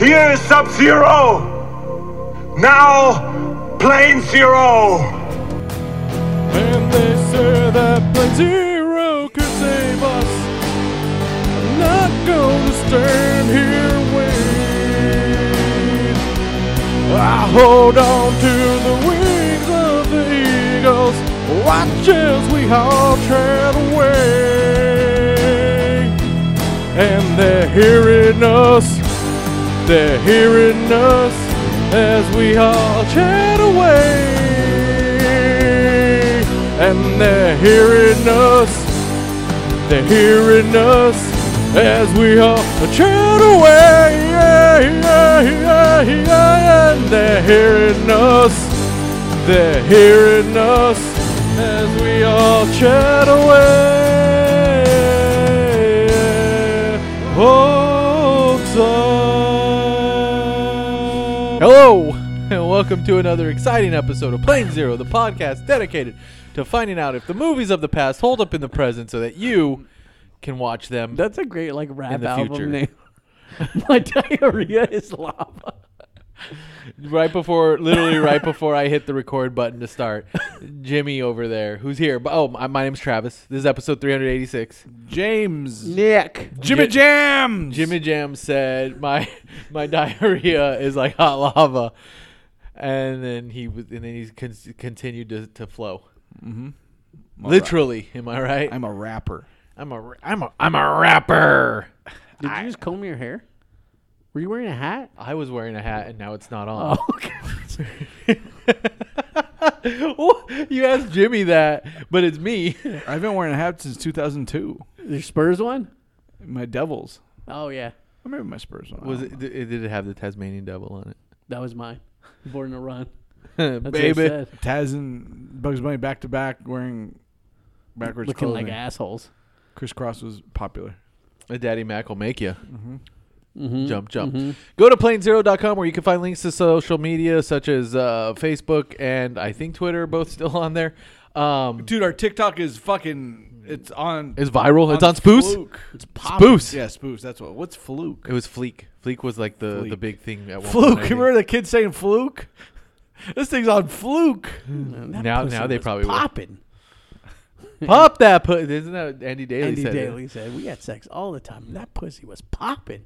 Years Sub Zero! Now, Plane Zero! And they say that Plan Zero could save us. I'm not gonna stand here and wait. I hold on to the wings of the eagles. Watch as we all tread away. And they're hearing us. They're hearing us as we all chat away. And they're hearing us. They're hearing us as we all chat away. Yeah, yeah, yeah, yeah. And they're hearing us. They're hearing us as we all chat away. Oxide. Hello, and welcome to another exciting episode of Plane Zero, the podcast dedicated to finding out if the movies of the past hold up in the present so that you can watch them. That's a great like rap the album future. name. My diarrhea is lava. Right before, literally right before I hit the record button to start, Jimmy over there, who's here. But Oh, my, my name's Travis. This is episode 386. James. Nick. Jimmy Ji- Jams. Jimmy Jam said my my diarrhea is like hot lava, and then he was, and then he con- continued to, to flow. Mm-hmm. All right. Literally, am I right? I'm a rapper. I'm a ra- I'm a I'm a rapper. Did you just comb your hair? Were you wearing a hat? I was wearing a hat and now it's not on. Oh, okay. Oh. you asked Jimmy that, but it's me. I've been wearing a hat since 2002. Your Spurs one? My Devils. Oh yeah, Or maybe my Spurs one. I Was don't it, did it have the Tasmanian devil on that was mine. Born to run, it? That's What I Baby. said. know. Taz and Bugs Bunny back to back wearing backwards Looking clothing. like assholes. Chris Cross was popular. A daddy Mac will make you. Mm-hmm. Jump, jump. Go to planezero.com where you can find links to social media such as uh, Facebook and I think Twitter are both still on there. Um, Dude, our TikTok is fucking. It's on. it's viral. it's on Spoos. Fluke. It's popping. Spoos. Yeah, Spoos. That's what. What's Fluke? It was Fleek. Fleek was like the, the Fleek. big thing at one Fluke. point. I think. Remember the kid saying Fluke? This thing's on Fluke. Man, that Mm-hmm. Now- pussy now they was probably will. popping. Pop that. Put, isn't that what Andy Daly Andy said? it? Daly said we had sex all the time. That pussy was popping.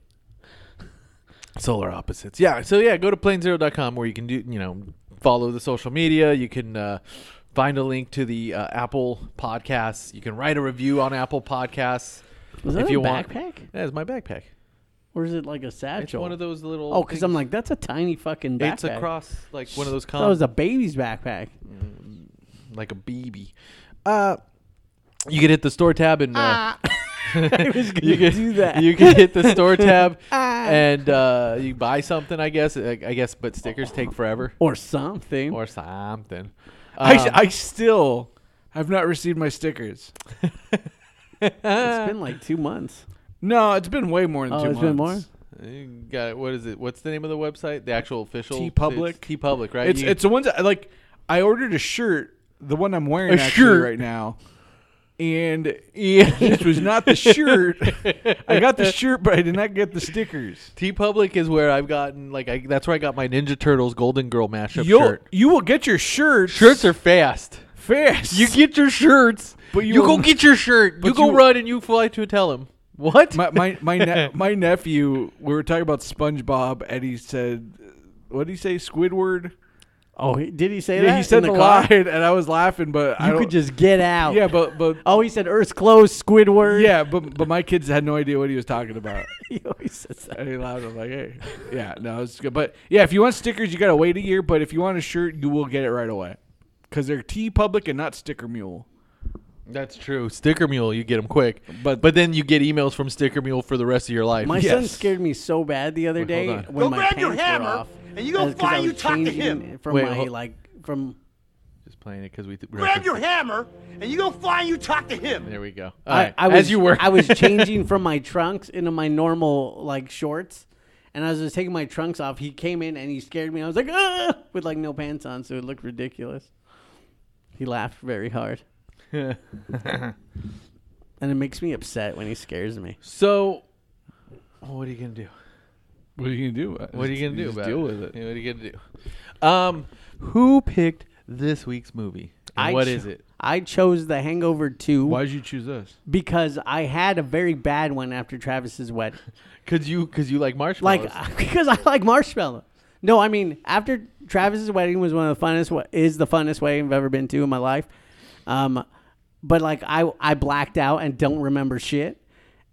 solar opposites yeah so yeah go to planezero.com where you can do you know follow the social media you can uh, find a link to the uh, apple podcasts you can write a review on apple podcasts Was that If a you want- backpack that is my backpack or is it like a satchel? it's one of those little Oh, because I'm things. like that's a tiny fucking backpack. it's across like one of those That was columns a baby's backpack. like a baby uh you can hit the store tab and uh, Ah. I was gonna you can do that. Ah. You can hit the store tab and uh, you buy something, I guess. I, I guess, but stickers take forever or something. or something. I, Um, I still have not received my stickers. it's been like two months. No, it's been way more than Oh, two it's months. been more? You got what is it? What's the name of the website? The actual official TeePublic. T Public, right? It's You- it's the ones that, like I ordered a shirt, the one I'm wearing A actually shirt. right now, and yeah. this was not the shirt. I got the shirt, but I did not get the stickers. T Public is where I've gotten like I, that's where I got my Ninja Turtles Golden Girl mashup You'll shirt. you will get your shirt. Shirts are fast. fast. You get your shirts, But but you you, will- go get your shirt. You but go you- run and you fly to tell him what? my my my, ne- my nephew. We were talking about SpongeBob, and he said, "What did he say? Squidward." Oh, he, did he say that? Yeah, he said in the, car? line, and I was laughing, but I You don't, could just get out. yeah, but but Oh, he said Earth's closed, Squidward. yeah, but but my kids had no idea what he was talking about. he always says that. And he laughed. I'm like, hey, yeah, no, it's good. But yeah, if you want stickers, you gotta wait a year. But if you want a shirt, you will get it right away because they're T Public and not Sticker Mule. That's true. Sticker Mule, you get them quick, But- but but then you get emails from Sticker Mule for the rest of your life. My son Yes. scared me so bad the other day hold on. when Go my grab pants your hammer, were off. and you go That's 'cause I fly, you was talk to changing him. From Wait, my hold- like from Just playing it because we th- grab your hammer and you go fly and you talk to him. There we go. All I, right. I was As you were, I was changing from my trunks into my normal like shorts, and as I was taking my trunks off, he came in and he scared me. I was like, ah, with like no pants on, so it looked ridiculous. He laughed very hard, and it makes me upset when he scares me. so. What are you gonna do? What are you gonna do? What are you gonna do Just about deal it? with it. Yeah, what are you gonna do? Um, who picked this week's movie? And what cho- is it? I chose The Hangover 2 Why did you choose this? because I had a very bad one after Travis's wedding. Cause you, cause you like marshmallows. Like because I like marshmallow. No, I mean after Travis's wedding was one of the funnest wa- is the funnest wedding I've ever been to in my life. Um, but like I I blacked out and don't remember shit.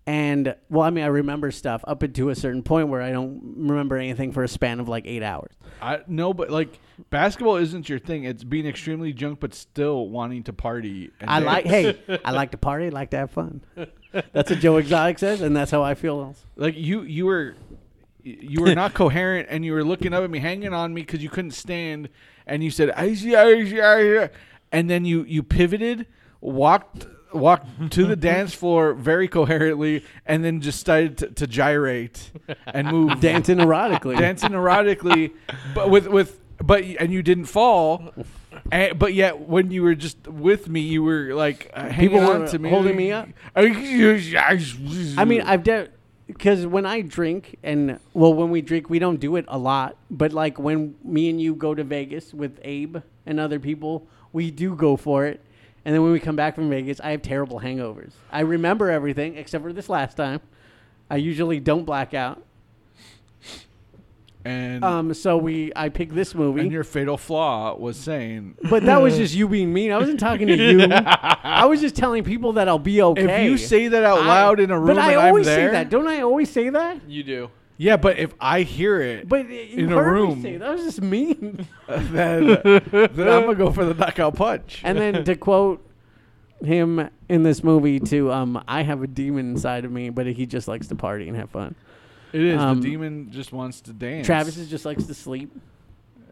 And well, I mean I remember stuff up until a certain point where I don't remember anything for a span of like eight hours. I no, but like basketball isn't your thing. It's being extremely drunk but still wanting to party. And I dance. like hey I like to party, I like to have fun. That's what Joe Exotic says, and that's how I feel. also. like you you were you were not coherent and you were looking up at me, hanging on me because you couldn't stand, and you said I see I see I see," and then you you pivoted, walked walked to the dance floor very coherently, and then just started to, to gyrate and move Dancing erotically. dancing erotically, but with with but and you didn't fall. And, but yet, when you were just with me, you were like uh, hanging People on were to me, holding me up. I I mean, Mm. I've done because when I drink and well, when we drink, we don't do it a lot. But like when me and you go to Vegas with Abe and other people, we do go for it. And then when we come back from Vegas, I have terrible hangovers. I remember everything except for this last time. I usually don't black out. and, Um, so we I picked this Mm. and movie. your fatal flaw was saying, But that was just you being mean. I wasn't talking to you. I was just telling people that I'll be okay. if you say that out I- loud in a room, but I and I'm always there, say that. Don't I always say that? you do. yeah, but if I hear it, But in In a a room, room. say, that was just mean. then, then I'm gonna go for the knockout punch. and then to quote him in this movie, to um, I have a demon inside of me, but he just likes to party and have fun. it is um, the demon just wants to dance. Travis is just likes to sleep,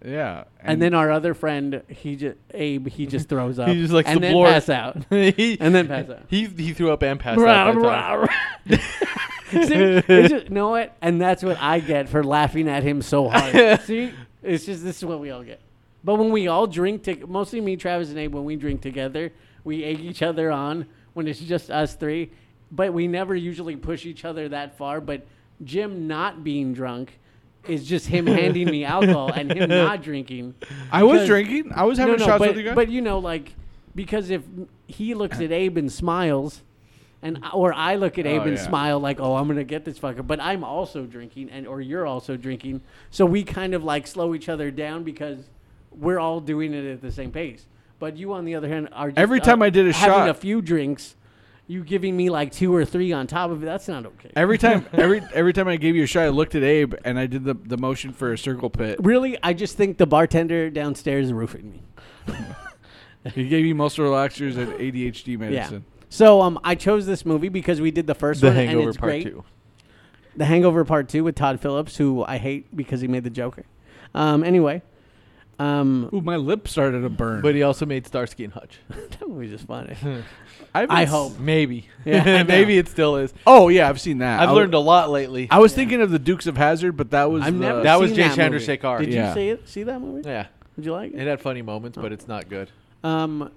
yeah, and, then our other friend, he just Abe, he just throws up, He just likes to and then blore. pass out, he, and then pass out. he he threw up and passed out. that time. See, it's just, know what? And that's what I get for laughing at him so hard. See, it's just this is what we all get. But when we all drink, to, mostly me, Travis, and Abe, when we drink together, we egg each other on when it's just us three. But we never usually push each other that far. But Jim not being drunk is just him handing me alcohol and him not drinking. I was because- drinking. I was having no, no, shots but, with you guys. But you know, like because if he looks at Abe and smiles, and or I look at Abe Oh, and yeah. smile like, oh, I'm gonna get this fucker, but I'm also drinking, and or you're also drinking, so we kind of like slow each other down because we're all doing it at the same pace. But you, on the other hand, are just, Every uh, time I did a having shot- a few drinks. You giving me like two or three on top of it? That's not okay. Every time, every every time I gave you a shot, I looked at Abe and I did the, the motion for a circle pit. Really, I just think the bartender downstairs is roofing me. He gave you muscle relaxers and ADHD medicine. Yeah. So um, I chose this movie because we did the first The one and Hangover it's Part great. Two. The Hangover Part Two with Todd Phillips, who I hate because he made the Joker. Um, anyway, um, Ooh, my lip started to burn. But he also made Starsky and Hutch. that movie's just funny. I've I s- hope. Maybe. Yeah, I Maybe it still is. Oh yeah, I've seen that. I've I w- learned a lot lately. I was thinking of the Dukes of Hazard, but that was I've the- never that was seen Jay that movie. Chandrasekhar. Did Yeah. you see it? See that movie? yeah. Did you like It it? had funny moments, but it's not good. Um,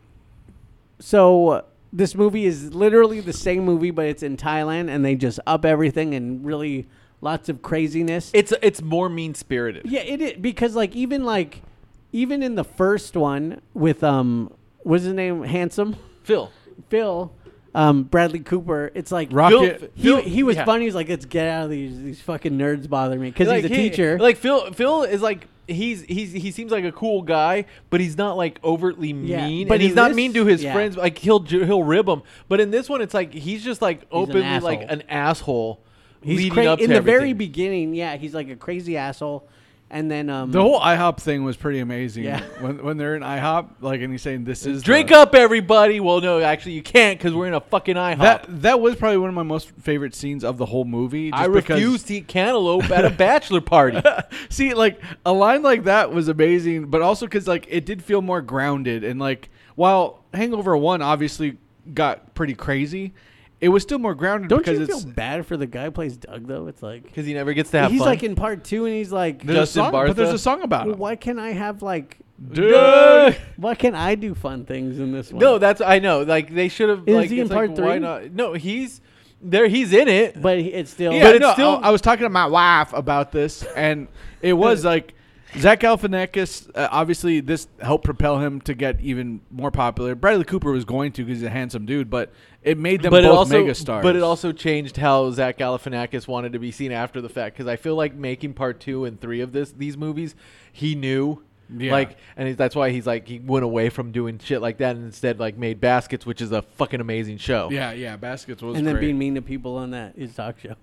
so uh, this movie is literally the same movie, but it's in Thailand, and they just up everything and really lots of craziness. It's it's more mean spirited. Yeah, it is because like even like even in the first one with um what's his name handsome Phil. Phil um Bradley Cooper it's like Rocket. Phil- he Phil- he was yeah. funny he's like let's get out of these these fucking nerds bother me because he's a he- teacher Like Phil Phil is like he's he's he seems like a cool guy, but he's not like overtly Yeah, mean. but and he's in not this- mean to his yeah. friends. Like he'll ju- he'll rib them. But in this one, it's like he's just like openly like asshole. an asshole. he's leading cra- up in to the very everything. beginning yeah he's like a crazy asshole and then um the whole IHOP thing was pretty amazing. Yeah. When when they're in IHOP, like, and he's saying this is Drink the- up, everybody. Well, no, actually, you can't because we're in a fucking IHOP. That that was probably one of my most favorite scenes of the whole movie. I just because- refuse to eat cantaloupe at a bachelor party. See, like a line like that was amazing, but also because like it did feel more grounded and like while Hangover One obviously got pretty crazy, it was still more grounded don't because you feel it's bad for the guy who plays Doug though it's like Because he never gets to have he's fun. like in part two and he's like there's a Justin song, but there's Bartha. a song about well, it. why can I have like Dude. why can I do fun things in this one no, that's I know. Like they should have. Is like, he in it's like, part Why three? not? No, he's there he's in it. but he- it's still. Yeah, But it's no, still- I, I was talking to my wife about this, and it was like Zach Galifianakis. Uh, obviously, this helped propel him to get even more popular. Bradley Cooper was going to because he's a handsome dude, but it made them but it both also, mega stars. but it also changed how Zach Galifianakis wanted to be seen after the fact. Because I feel like making part two and three of this these movies, he knew, Yeah. like, and it- that's why he's like he went away from doing shit like that and instead like made Baskets, which is a fucking amazing show. yeah, yeah, baskets was and then great. being mean to people on that is talk show.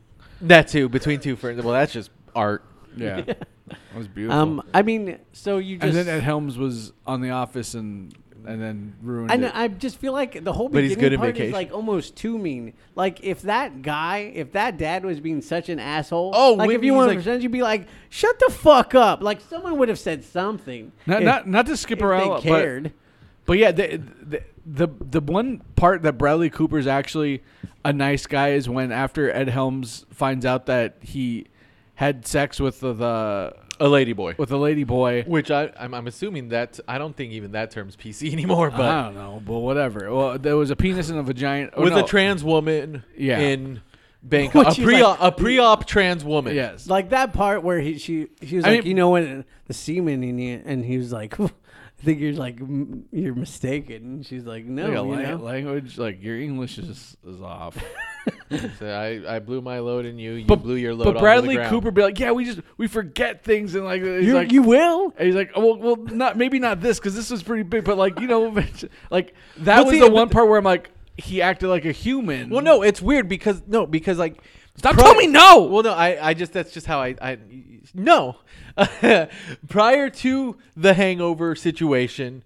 that too. Between two friends, well, that's just art. yeah, it was beautiful. Um, I mean, so you and just. then Ed Helms was on The Office, and and then ruined I it. know, I just feel like the whole But beginning he's good in part vacation. is like almost too mean. Like if that guy, if that dad was being such an asshole, Oh, like when if you he's want to like- present, you'd be like, "Shut the fuck up!" Like someone would have said something. Not, if- not, not to skip if around, they but- cared. But yeah, the, the the the one part that Bradley Cooper's actually a nice guy is when after Ed Helms finds out that he had sex with the, the A lady boy. with a lady boy. Which I, I'm, I'm assuming that I don't think even that term's PC anymore, but I don't know, but whatever. Well, there was a penis and a vagina Uh-huh. oh, with no. a trans woman Yeah. in Bangkop, Which a is pre like- a pre op trans woman. Yes, Like that part where he she she was I like, mean- you know, when the semen in you, and he was like, "I think you're like m- you're mistaken." And she's like, "No, Like a you la- know? language like your English is is off. So I, I blew my load and you you But- blew your load. onto but the Bradley ground. Cooper be like, yeah, we just we forget things and like he's you like you will." And he's like, oh, well, well, not maybe not this because this was pretty big, but like you know, eventually- like that But was see, the but one the- part where I'm like, he acted like a human. Well, no, it's weird because no, because like Stop telling me no! Well, no, I, I just that's just how I, I no. prior to the Hangover situation,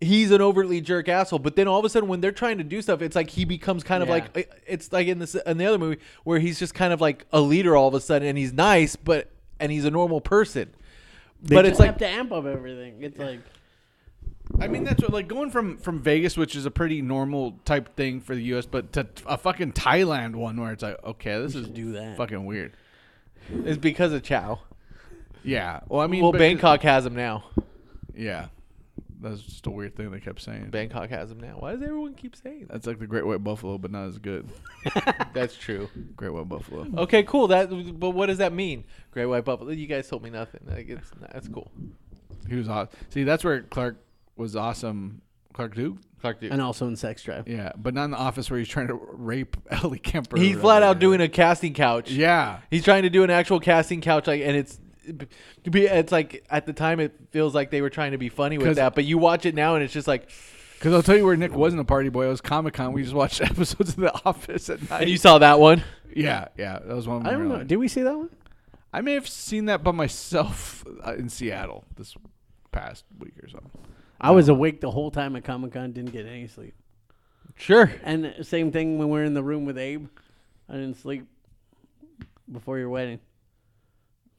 he's an overtly jerk asshole. But then all of a sudden, when they're trying to do stuff, it's like he becomes kind of Yeah. like it's like in this in the other movie where he's just kind of like a leader all of a sudden, and he's nice, but and he's a normal person. but You it's just like have to amp up everything. It's like I mean that's what like going from from Vegas, which is a pretty normal type thing for the U.S., but to a fucking Thailand one where it's like, okay, this is do that. fucking weird. it's because of Chow. Yeah. Well, I mean, Well, but- Bangkok has him now. Yeah, that's just a weird thing they kept saying. Bangkok has him now. Why does everyone keep saying that? That's like the Great White Buffalo, but not as good. That's true. Great White Buffalo. Okay, cool. That, but what does that mean? Great white buffalo. You guys told me nothing. Like it's that's cool. He was awesome. See, that's where Clark was awesome. Clark Duke. Clark Duke. and also in Sex Drive. Yeah, but not in the office where he's trying to rape Ellie Kemper. or He's whatever. flat out doing a casting couch. Yeah. he's trying to do an actual casting couch. Like, and it's to be. It's like at the time it feels like they were trying to be funny 'Cause- with that, but you watch it now and it's just like, Because I'll tell you where Nick wasn't a party boy. It was Comic Con. We just watched episodes of The Office at night. and you saw that one. yeah, yeah. That was one. I don't know. Did we see that one? I may have seen that by myself uh, in Seattle this past week or something. I was awake the whole time at Comic Con, didn't get any sleep. Sure. And same thing when we are in the room with Abe. I didn't sleep before your wedding,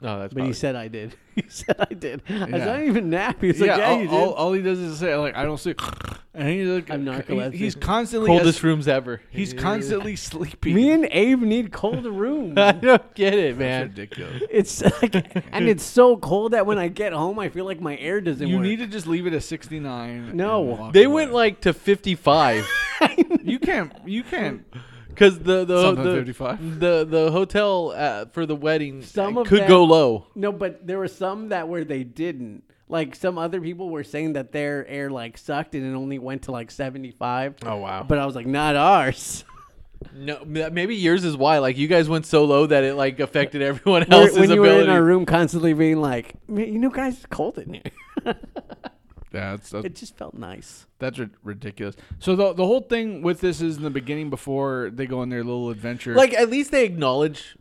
No, that's. but he probably- said I did. he said I did. I said, Yeah. I didn't even nap. He's like, yeah, all, you did. all, all he does is say like, "I don't sleep," and he's like, I'm narcoleptic. He's, he's constantly coldest rooms ever. He's constantly sleepy. Me and Abe need cold room. I don't get it, That's man. ridiculous. it's like, and it's so cold that when I get home, I feel like my air doesn't you work. need to just leave it at 69. No. and walk They away. went like to fifty-five. you can't, you can't Because the the Something the, 35. the the hotel uh, for the wedding Some uh, of could them- go low. no, but there were some that where they didn't. Like some other people were saying that their air like sucked and it only went to like 75. Oh, wow. But I was like, not ours. No, m- maybe yours is why. Like you guys went so low that it like affected everyone Were- else's when you were in ability. our room constantly being like, Man, you know, guys, it's cold in here. Yeah, that's, that's it just felt nice. That's ri- ridiculous. So the the whole thing with this is in the beginning before they go on their little adventure. like at least they acknowledge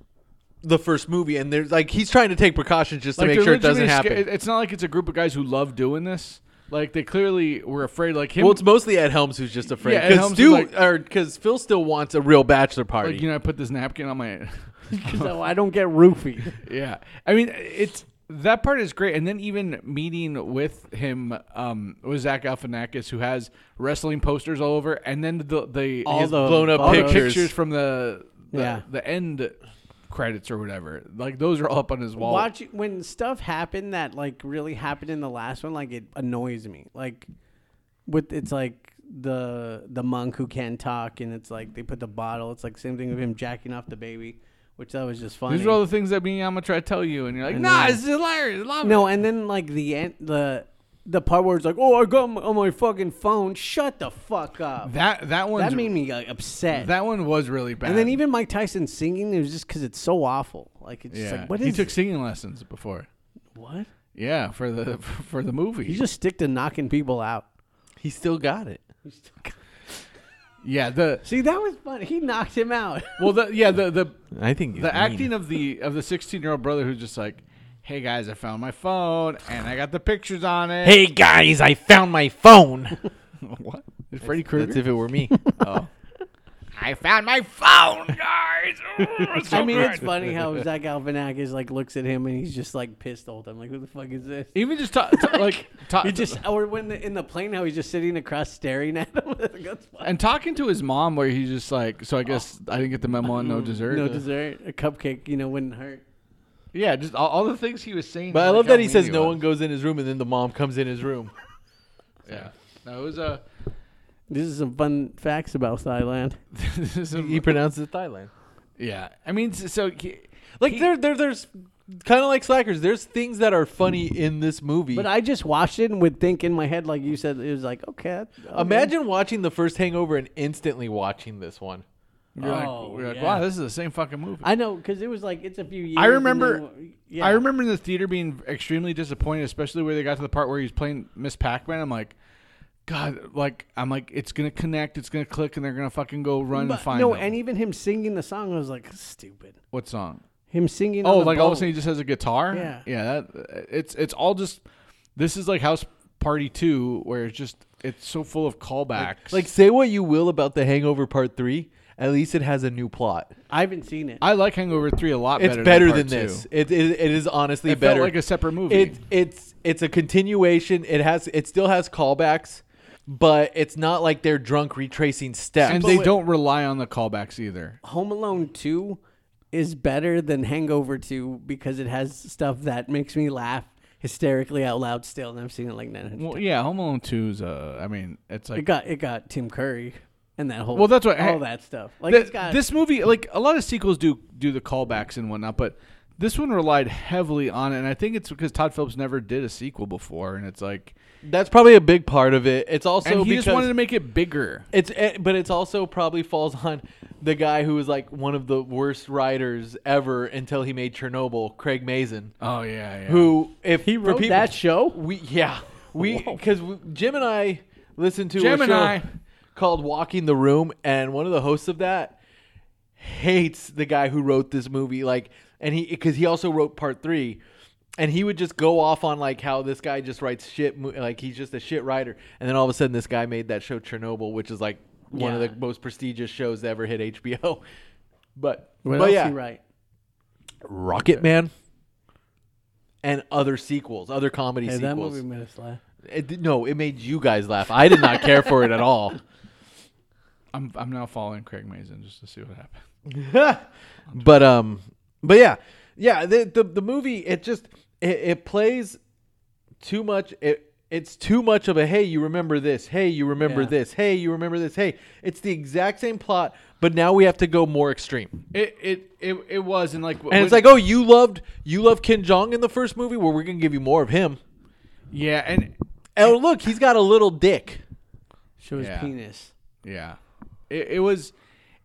the first movie, and there's like he's trying to take precautions just to Like, make they're sure it doesn't legitimately sca- happen. it- It's not like it's a group of guys who love doing this. Like they clearly were afraid. Like him. well, it's mostly Ed Helms who's just afraid Yeah, Ed because Helms is Stu like- or because Phil still wants a real bachelor party. like you know, I put this napkin on my. so I don't get roofied. yeah, I mean it's that part is great. And then even meeting with him um, was Zach Galifianakis, who has wrestling posters all over, and then the the All his the- blown up all the pictures. pictures. from the the, Yeah. the end credits or whatever. Like those are all up on his wall. Watch when stuff happened that like really happened in the last one, like it annoys me. Like with it's like the the monk who can talk, and it's like they put the bottle. It's like same thing with him jacking off the baby, which that was just funny. These are all the things that me, I'm gonna try to tell you, and you're like, I nah, know. it's hilarious. Love no, and then like the end, the the part where it's like, oh, I got my, on my fucking phone. Shut the fuck up. it. That that one. that made me like, upset. That one was really bad. and then even Mike Tyson singing, it was just because it's so awful. Like it's just yeah, like what is he took singing lessons before. what? Yeah, for the for the movie. You just stick to knocking people out. He still got it. yeah the See, that was fun. He knocked him out. well the yeah the the I think he's the mean. acting of the of the 16 year old brother who's just like, hey guys, I found my phone and I got the pictures on it. Hey guys, I found my phone. what? Is Freddy Krueger? That's if it were me. Oh. I found my phone, guys. Ooh, it's so I mean, good. it's funny how Zach Galifianakis like looks at him and he's just like pissed all the time. Like, who the fuck is this? even just ta- ta- like ta- He just or when the, in the plane how he's just sitting across staring at him. That's funny. and talking to his mom where he's just like, so I guess I didn't get the memo on no dessert. Oh. uh, no dessert, a cupcake, you know, wouldn't hurt. Yeah, just all, all the things he was saying. but I like love how that he mean says no was. one goes in his room, and then the mom comes in his room. Yeah. No, it was uh, a. This is some fun facts about Thailand. this is a He pronounces it Thailand. yeah, I mean, s- so he, Like He- there, there, there's kind of like Slackers. There's things that are funny in this movie. But I just watched it and would think in my head, like you said, it was like, okay. okay. imagine watching the first Hangover and instantly watching this one. you're like, Oh, we're like, yeah. wow, this is the same fucking movie. I know because it was like it's a few years. I remember- and then- yeah. I remember in the theater being extremely disappointed, especially where they got to the part where he's playing Miss Pac-Man. I'm like, God, like I'm like, it's gonna connect, it's gonna click, and they're gonna fucking go run and But find no, them. and even him singing the song was like stupid. what song? Him singing. Oh, on the like all of a boat. sudden he just has a guitar. Yeah. yeah. That it's it's all just. This is like House Party Two, where it's just it's so full of callbacks. Like say what you will about the Hangover Part Three, at least it has a new plot. I haven't seen it. I like Hangover Three a lot. It's better, better part than two. this. It, it it is honestly It felt better. like a separate movie. It it's it's a continuation. It has it still has callbacks, but it's not like they're drunk retracing steps. and they don't rely on the callbacks either. Home Alone Two is better than Hangover Two because it has stuff that makes me laugh hysterically out loud still, and I've seen it like nine hundred. Well, yeah, Home Alone Two is. Uh, I mean, it's it like got it got Tim Curry and that whole Well, that's what- all that stuff. Like Th- it's got this movie, like a lot of sequels do do the callbacks and whatnot, but this one relied heavily on it, and I think it's because Todd Phillips never did a sequel before, and it's like, That's probably a big part of it. It's also and he because just wanted to make it bigger. It's eh, but it's also probably falls on the guy who was like one of the worst writers ever until he made Chernobyl, Craig Mazin, Oh yeah, yeah. who if he wrote that show? we yeah we because Jim and I listened to Jim a and show I. called Walking the Room, and one of the hosts of that hates the guy who wrote this movie, like and he because he also wrote Part Three. And he would just go off on like how this guy just writes shit, mo- like he's just a shit writer. And then all of a sudden, this guy made that show Chernobyl, which is like one of Yeah. the most prestigious shows that ever hit HBO. But what but else yeah, he write? Rocket Man, and other sequels, other comedy Hey, sequels. that movie made us laugh. It did, no, it made you guys laugh. I did not care for it at all. I'm I'm now following Craig Mazin just to see what happens. but um, but yeah, yeah. The the, the movie it just it, it plays too much. It it's too much of a hey, you remember this? Hey, you remember Yeah. this? Hey, you remember this? Hey, it's the exact same plot, but now we have to go more extreme. It it it, it was, and like, And it's like, oh, you loved you loved Kim Jong in the first movie. Well, we're gonna give you more of him. yeah, and Oh, look, he's got a little dick. Show his Yeah. penis. yeah, it, it was,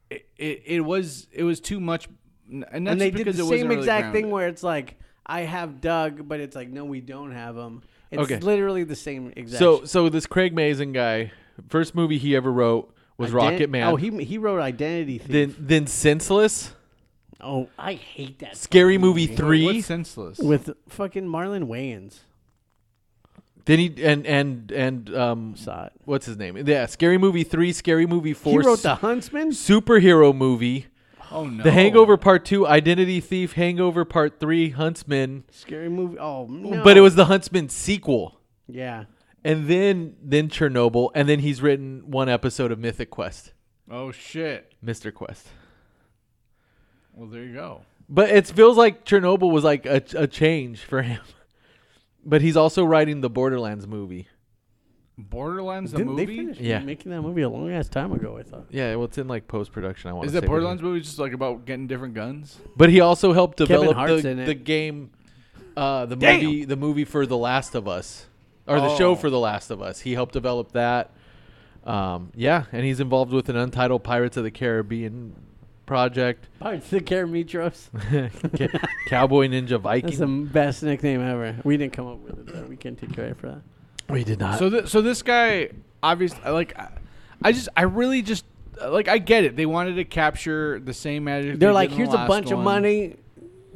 it, it it was it was too much, and, that's and they did just the because it wasn't same really exact grounded. thing where it's like I have Doug, but it's like no, we don't have him. It's Okay. literally the same exact. So so this Craig Mazin guy, first movie he ever wrote was Ident- Rocket Man. Oh, he he wrote Identity Thief. then then Senseless, oh, I hate that Scary Movie Wait, three. what's senseless. with fucking Marlon Wayans. Then he and and and um, Saw it. what's his name? Yeah, Scary Movie three, Scary Movie He four. wrote The s- Huntsman. superhero movie. oh no, The Hangover Part Two, Identity Thief, Hangover Part Three, Huntsman. Scary movie. Oh no. But it was the Huntsman sequel. yeah. and then then Chernobyl, and then he's written one episode of Mythic Quest, Oh shit. Mister Quest. Well, there you go. But it feels like Chernobyl was like a, a change for him. But he's also writing the Borderlands movie. Borderlands the Didn't they movie? finish Yeah. making that movie a long ass time ago? I thought. Yeah, well, it's in like post production. I want. Is to that Borderlands movie just like about getting different guns? But he also helped Kevin develop Hart's in the, it. the game, uh, the Damn. movie, the movie for The Last of Us, or the Oh. show for The Last of Us. He helped develop that. Um, yeah, and he's involved with an untitled Pirates of the Caribbean project, Pirates of the Karamitros. Ca- Cowboy Ninja That's Viking. the best nickname ever. We didn't come up with it. Though. We can't take credit for that. we did not. So, th- so this guy, obviously, like, I- I just, I really just, like, I get it. They wanted to capture the same magic. They're they like, did in the here's a last bunch of one." money.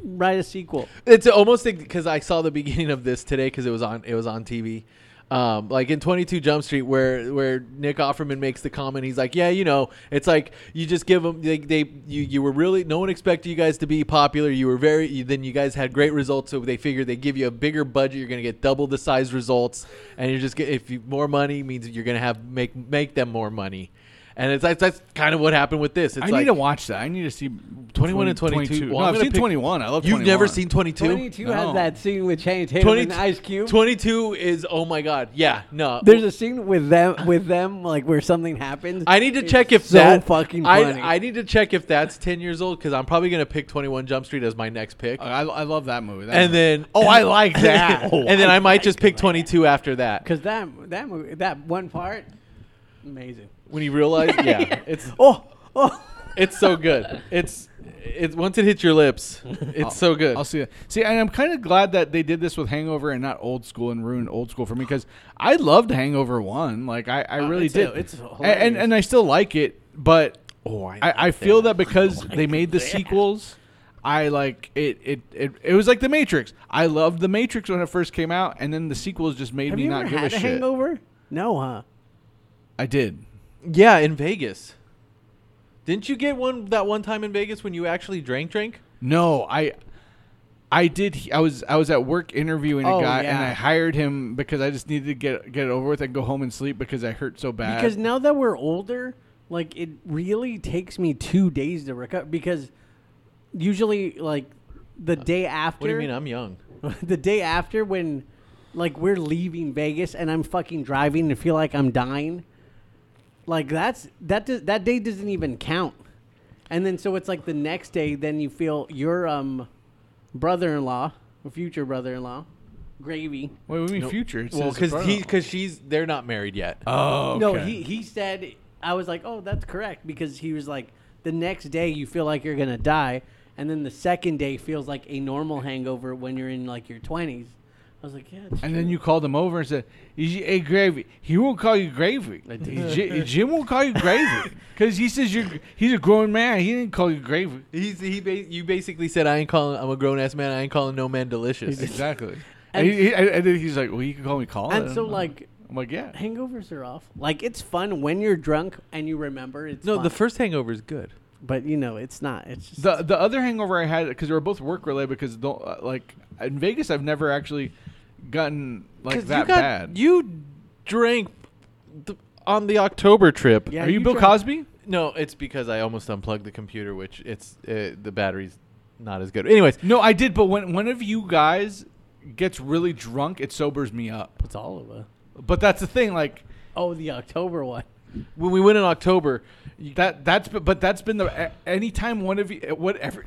Write a sequel. It's almost because I saw the beginning of this today because it was on it was on TV, um, like in Twenty Two Jump Street where where Nick Offerman makes the comment. He's like, yeah, you know, it's like you just give them they, they you you were really no one expected you guys to be popular. You were very you, then you guys had great results, so they figured they give you a bigger budget, you're gonna get double the size results, and you're just get, if you more money means you're gonna have make make them more money, and it's like that's kind of what happened with this. It's I like, need to watch that. I need to see 21 and 22. Well, no, I'm I've gonna seen pick- 21. I love You've 21. never seen Twenty Two. 22 No. has that scene with Channing Tatum 20 and Ice Cube. 22 is oh my god. Yeah, no. There's a scene with them with them like where something happens. I need to It's check if so that fucking funny. I, I need to check if that's 10 years old cuz I'm probably going to pick 21 Jump Street as my next pick. I, I love that movie. That and movie. then oh, I like that. and then I, might just pick 22 after that. because that that movie, that one part amazing. When you realize, yeah, it's Oh oh. it's so good. It's it's once it hits your lips, it's so good. I'll see that. See, and I'm kind of glad that they did this with Hangover and not Old School and ruined Old School for me because I loved Hangover One. Like I, I really Oh, it's- did. it's A- and, hilarious. and I still like it, but Oh, I I, I feel that because they made the sequels, I like it, it. It it was like The Matrix. I loved The Matrix when it first came out, and then the sequels just made Have me you not ever give had a, a shit. hangover? No, huh? I did. yeah, in Vegas. Didn't you get one that one time in Vegas when you actually drank drink? No, I. I did. I was I was at work interviewing a Oh, guy, and yeah. I hired him because I just needed to get get it over with and go home and sleep because I hurt so bad. Because now that we're older, like it really takes me two days to recover. Because usually, like the day after, Uh, What do you mean I'm young? the day after when, like we're leaving Vegas and I'm fucking driving and feel like I'm dying, like that's that does, that day doesn't even count. And then so it's like the next day, then you feel your um, brother-in-law, or future brother-in-law, gravy. Wait, what do you mean future? It Well, says cuz brother. he cuz she's they're not married yet. Oh, okay. No, he he said I was like, "Oh, that's correct," because he was like, the next day you feel like you're gonna die, and then the second day feels like a normal hangover when you're in like your twenties. I was like, "Yeah." It's And then you called him over and said, "Is he- "Hey, gravy." He won't call you gravy. Ji- Jim won't call you gravy because he says you're. He's a grown man. He didn't call you gravy. He's he. Ba- you basically said I ain't calling. I'm a grown ass man. I ain't calling no man delicious. Exactly. And- And, he, he- and- and then he's like, "Well, you can call me Colin." and so like I'm like, "Yeah." hangovers are off. Like it's fun when you're drunk and you remember it's No, fun. the first hangover is good. but you know it's not. It's just The the other hangover I had because they were both work related because the, uh, like in Vegas I've never actually gotten like that you got bad. you drank th- on the October trip. Yeah, Are you, you Bill drank- Cosby? No, it's because I almost unplugged the computer, which it's uh, the battery's not as good. Anyways, No, I did. But when one of you guys gets really drunk, it sobers me up. it's all of us. But that's the thing, like. Oh, the October one. when we went in October, That that's been- but that's been the a- anytime one of you whatever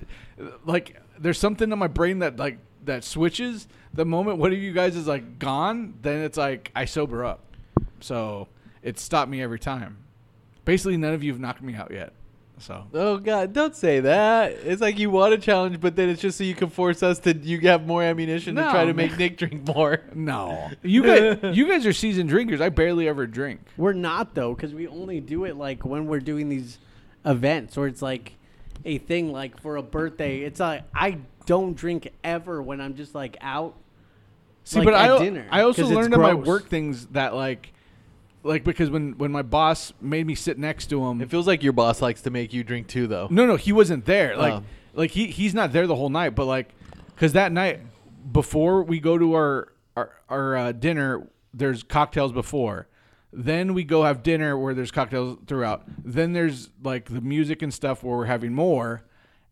like there's something in my brain that like that switches the moment one of you guys is like gone then it's like I sober up so it stopped me every time basically none of you have knocked me out yet so oh god, don't say that. It's like you want a challenge, but then it's just so you can force us to you have more ammunition to No, try to man. make Nick drink more. no you guys you guys are seasoned drinkers I barely ever drink We're not though, because we only do it like when we're doing these events, or it's like a thing like for a birthday. It's like I don't drink ever when I'm just like out. See, like, but at I, dinner, I also 'cause it's learned at my gross. work things that like like because when when my boss made me sit next to him It feels like your boss likes to make you drink too, though. No, no, he wasn't there. Like, Oh. like he he's not there the whole night. But like, because that night before we go to our our, our uh, dinner, there's cocktails before. Then we go have dinner where there's cocktails throughout. Then there's like the music and stuff where we're having more,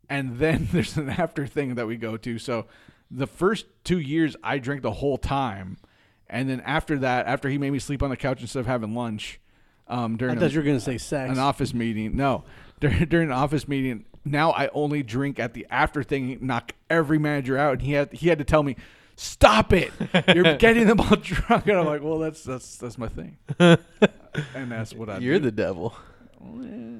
and then there's an after thing that we go to. So the first two years I drank the whole time, And then after that, after he made me sleep on the couch instead of having lunch, um, I during thought a- you were gonna say sex. an office meeting. No, during, during an office meeting. Now I only drink at the after thing. Knock every manager out, and he had he had to tell me, "Stop it! You're getting them all drunk." And I'm like, "Well, that's that's that's my thing," and that's what I. You're do. the devil.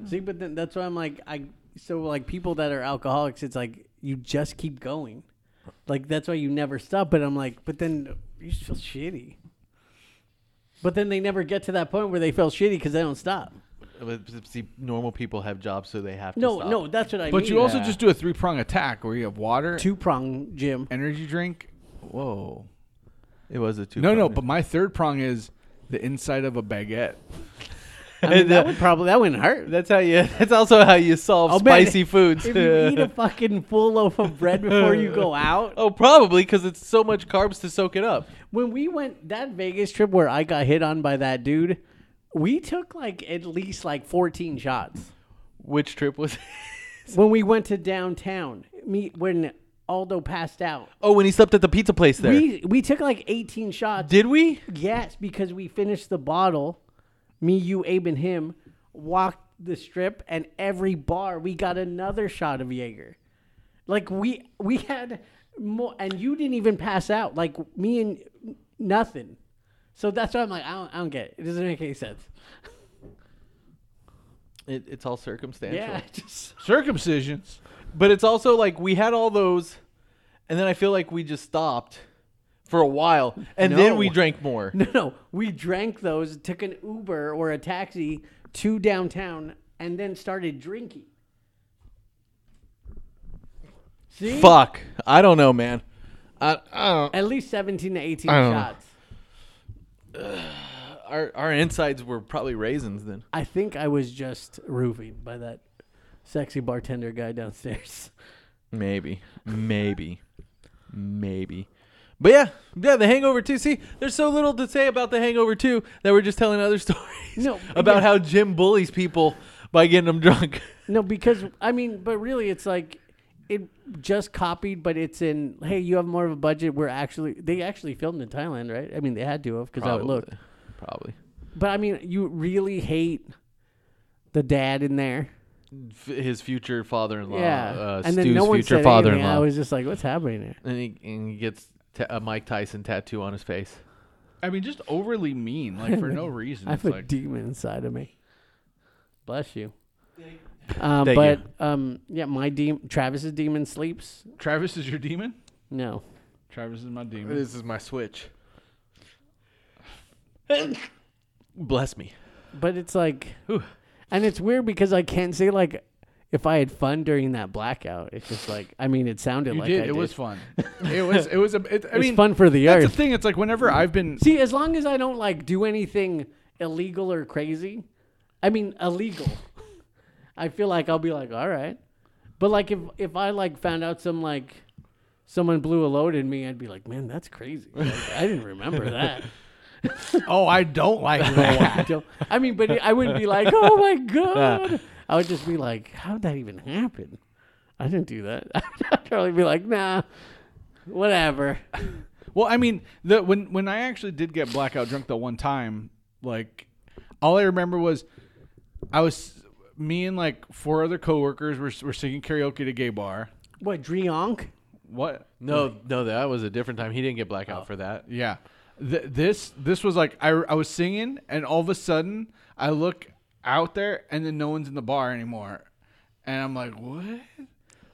See, but then, that's why I'm like, I so like people that are alcoholics, it's like you just keep going, like that's why you never stop. But I'm like, but then you just feel shitty. But then they never get to that point where they feel shitty because they don't stop. But see, normal people have jobs, so they have to. No, stop. no, that's what I mean. But you also just do a three prong attack where you have water, two prong Jim. energy drink. Whoa. It was a two. No, no. But my third prong is the inside of a baguette. I mean, that would probably that wouldn't hurt. that's how you. That's also how you solve I'll bet spicy foods. If you eat a fucking full loaf of bread before you go out, oh, probably because it's so much carbs to soak it up. when we went that Vegas trip where I got hit on by that dude, we took like at least like 14 shots Which trip was? when we went to downtown. Meet when Aldo passed out. oh, when he slept at the pizza place there. We we took like 18 shots. Did we? yes, because we finished the bottle. Me, you, Abe, and him walked the strip, and every bar we got another shot of Jaeger. Like we we had more, and you didn't even pass out. Like me and nothing. So that's why I'm like, I don't, I don't get it. It doesn't make any sense. It, it's all circumstantial. Yeah, it just Circumcisions. But it's also like we had all those, and then I feel like we just stopped for a while, and No. then we drank more. no, no. We drank those, took an Uber or a taxi to downtown, and then started drinking. See, Fuck. I don't know, man. I, I don't. at least 17 to 18 I don't know. shots. Our our insides were probably raisins then. I think I was just roofing by that sexy bartender guy downstairs. Maybe. Maybe. Maybe. But yeah, yeah, the hangover too. See, there's so little to say about the hangover too that we're just telling other stories No, about yeah. how Jim bullies people by getting them drunk. No, because I mean, but really, it's like it just copied, but it's in. Hey, you have more of a budget. We're actually they actually filmed in Thailand, right? I mean, they had to have because how it looked. Probably. But I mean, you really hate the dad in there, F- his future father-in-law, yeah. uh, and Stu's then no one future said anything. father-in-law. I was just like, what's happening here? and, he, and he gets ta- a Mike Tyson tattoo on his face. I mean, just overly mean, like for no reason. I have It's a like demon inside of me. Bless you. Um, Thank but you. um, yeah, my demon Travis's demon sleeps. Travis is your demon. No, Travis is my demon. This is my switch. Bless me. but it's like, and it's weird because I can't say like if I had fun during that blackout. It's just like I mean, it sounded You like did. I It did. was fun. It was. It was. A, it, I It's mean, fun for the that's earth. the thing. It's like whenever I've been. See, as long as I don't like do anything illegal or crazy, I mean illegal, I feel like I'll be like, all right. But like if if I like found out some like someone blew a load in me, I'd be like, man, that's crazy. Like, I didn't remember that. Oh, I don't like that. I, don't- I mean, but I wouldn't be like, oh my god. I would just be like, how'd that even happen? I didn't do that. I'd probably be like, nah, whatever. well, I mean, the when when I actually did get blackout drunk the one time, like all I remember was I was me and like four other coworkers were were singing karaoke at a gay bar. What, Drionk? What? No, no, that was a different time. He didn't get blackout for that. Yeah. Th- this this was like I I was singing and all of a sudden I look out there and then no one's in the bar anymore, and I'm like what?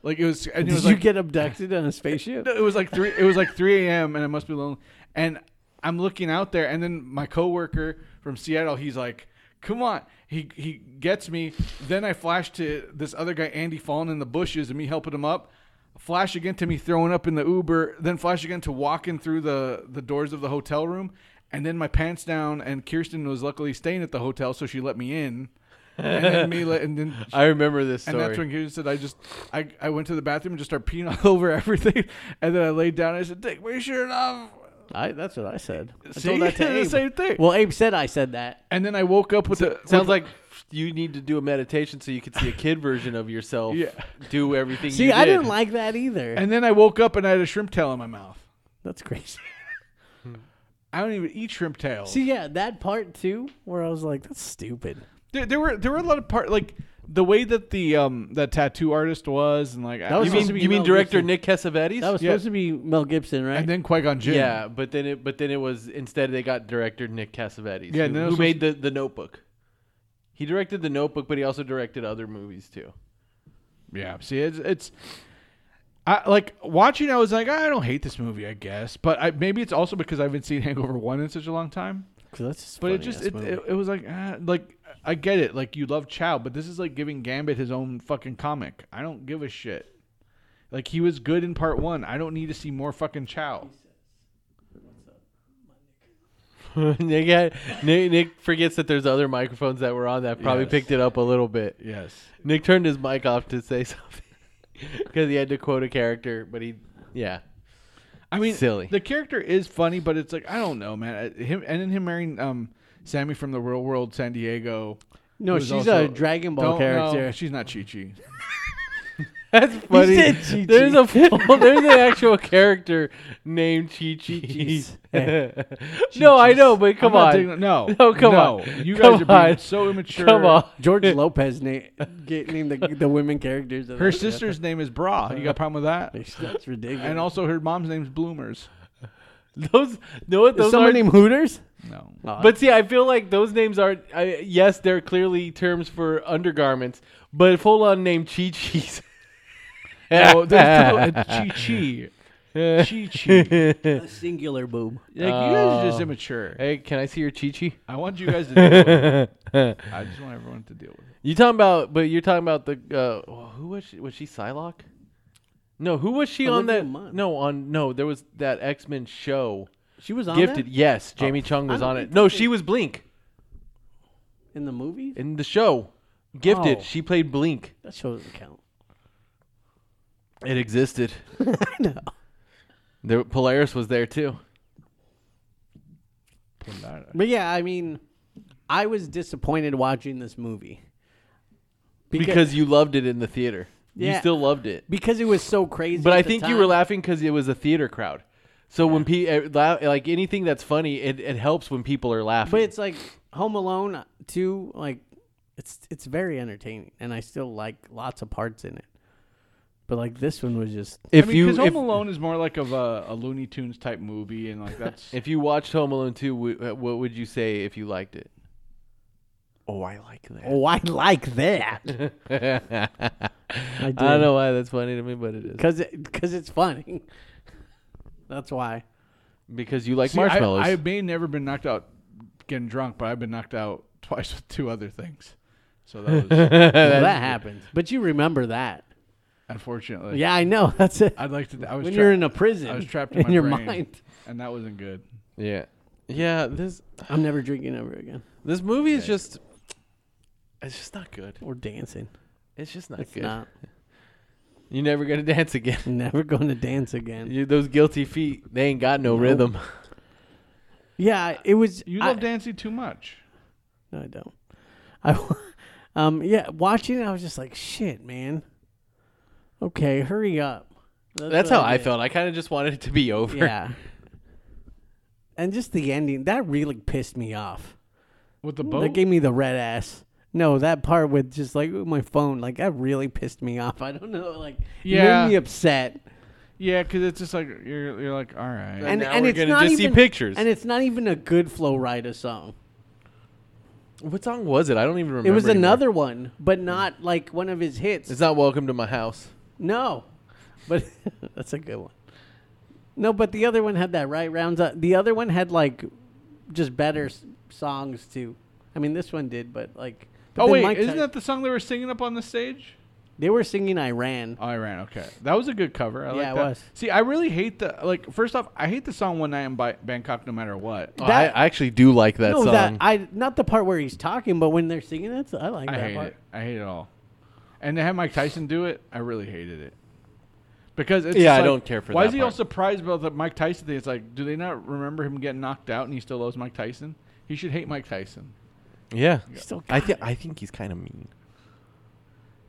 Like it was. And it Did was you like, get abducted on a spaceship? No, it was like three. It was like three a.m. and I must be lonely. And I'm looking out there, and then my coworker from Seattle, he's like, "Come on!" He he gets me. Then I flash to this other guy, Andy, falling in the bushes, and me helping him up. Flash again to me throwing up in the Uber. Then flash again to walking through the the doors of the hotel room. And then my pants down, and Kirsten was luckily staying at the hotel, so she let me in. And then me let, and then I remember this and story. that's when Kirsten said, "I just, I, I went to the bathroom and just started peeing all over everything, and then I laid down. and I said, take my shirt off.' I, that's what I said. I told See? that to The Abe. same thing. Well, Abe said I said that. And then I woke up with the Sounds with- like you need to do a meditation so you could see a kid version of yourself. Yeah. Do everything. See, you I did. didn't like that either. And then I woke up and I had a shrimp tail in my mouth. that's crazy. I don't even eat shrimp tails. See, yeah, that part too, where I was like, that's stupid. there, there were there were a lot of part like the way that the um that tattoo artist was and like I- was You you mean- supposed to mean be you mean Mel director Gibson. Nick Cassavetes? That was Yeah. supposed to be Mel Gibson, right? and then Qui Gon Jinn. yeah, but then it but then it was instead they got director Nick Cassavetes. Yeah, who, no, it who was made the the Notebook. He directed the Notebook, but he also directed other movies too. yeah. See, it's it's. I, like watching, I was like, I don't hate this movie, I guess, but I, maybe it's also because I haven't seen Hangover One in such a long time. 'Cause that's just But it funny just ass it, movie. it, it was like ah, like I get it like you love Chow but this is like giving Gambit his own fucking comic. I don't give a shit. Like he was good in part 1. I don't need to see more fucking Chow. Nick, had, Nick Nick forgets that there's other microphones that were on that probably Yes. picked it up a little bit. Yes. Nick turned his mic off to say something because he had to quote a character, but he yeah. I mean Silly. The character is funny but it's like I don't know man. I- Him and then him marrying um Sammy from the real world San Diego. no, who's she's also- a Dragon Ball Don't, character. no, she's not Chi Chi. That's funny. said Chi-Chi. There's a full, there's an actual character named Chi Chi. Chi-Chis. No, I know, but come I'm not on. taking- no, No, come no. on. You Come guys are being on. so immature. Come on. George Lopez na- get, named the, the women characters. Of Her that. sister's name is Bra. You got a problem with that? That's ridiculous. And also her mom's name's Bloomers. Those know what Is those someone are. named Hooters? No. But see, I feel like those names aren't. I, yes, they're clearly terms for undergarments, but full on name Chi Chi's. No, there's no Chi Chi. Chi Chi. A singular boob. Like, you guys are just immature. Hey, can I see your Chi Chi? I want you guys to deal with it. I just want everyone to deal with it. You talking about? But you're talking about the uh, who was she? Was she Psylocke? No, who was she on Olivia that? Munn. No, on no, there was that X Men show. She was on Gifted, that? yes. Jamie Chung was don't on it. think No, they- she was Blink in the movie. in the show. Gifted, Oh. she played Blink. That show doesn't count. It existed. The Polaris was there too. But yeah, I mean, I was disappointed watching this movie Because, you loved it in the theater. You Yeah. still loved it. because it was so crazy. But at I the think you were time. laughing because it was a theater crowd. So when pe- uh, la- like anything that's funny, it, it helps when people are laughing. But it's like Home Alone uh, too. Like it's it's very entertaining, and I still like lots of parts in it. But like this one was just if I mean, you because Home if, Alone is more like of a, a Looney Tunes type movie, and like that's if you watched Home Alone two, w- uh, what would you say if you liked it? Oh, I like that. oh, I like that. I, I don't know why that's funny to me, but it is because because it's funny. That's why. because you like See, I- marshmallows. I, may never been knocked out getting drunk, but I've been knocked out twice with two other things. So that was Well, that happens. But you remember that. unfortunately. Yeah, I know. That's it. I'd like to. I was when tra- you're in a prison, I was trapped in, my your brain, mind. and that wasn't good. yeah, yeah. This I'm never drinking ever again this movie is just it's just not good. or dancing. It's just not It's good. not. You're never gonna dance again. Never going to dance again. You, those guilty feet, they ain't got no rhythm. Yeah, it was. You I, love dancing too much. No, I don't. I, um, yeah, watching it, I was just like, shit, man. Okay, hurry up. That's what how I did. felt. I kind of just wanted it to be over. Yeah. and just the ending that really pissed me off. With the boat, That gave me the red ass. No, that part with just like my phone, like that really pissed me off. I don't know, like Yeah. made me upset. yeah, because it's just like you're, you're like, all right, And And now and we're it's gonna not just see even, pictures. And it's not even a good Flow Rider song. What song was it? I don't even remember. It was anymore. another one, but not like one of his hits. It's not Welcome to My House. No, but that's a good one. No, but the other one had that right rounds up. The other one had like just better s- songs too. I mean, this one did, but like. but Oh then wait, Mike isn't Ty- that the song they were singing up on the stage? they were singing "Iran"? Oh, I ran. Okay, that was a good cover. I Yeah, like it that. was. See, I really hate the like. First off, I hate the song "One Night in Bi- Bangkok," no matter what. Oh, That- I, I actually do like that no, song. that I not the part where he's talking, but when they're singing it, I like I that hate part. it. I hate it all. And to have Mike Tyson do it, I really hated it. Because it's Yeah, just I like, don't care for Why that is he part. all surprised about the Mike Tyson thing? It's like, do they not remember him getting knocked out and he still loves Mike Tyson? He should hate Mike Tyson. yeah. Still I think I think he's kind of mean.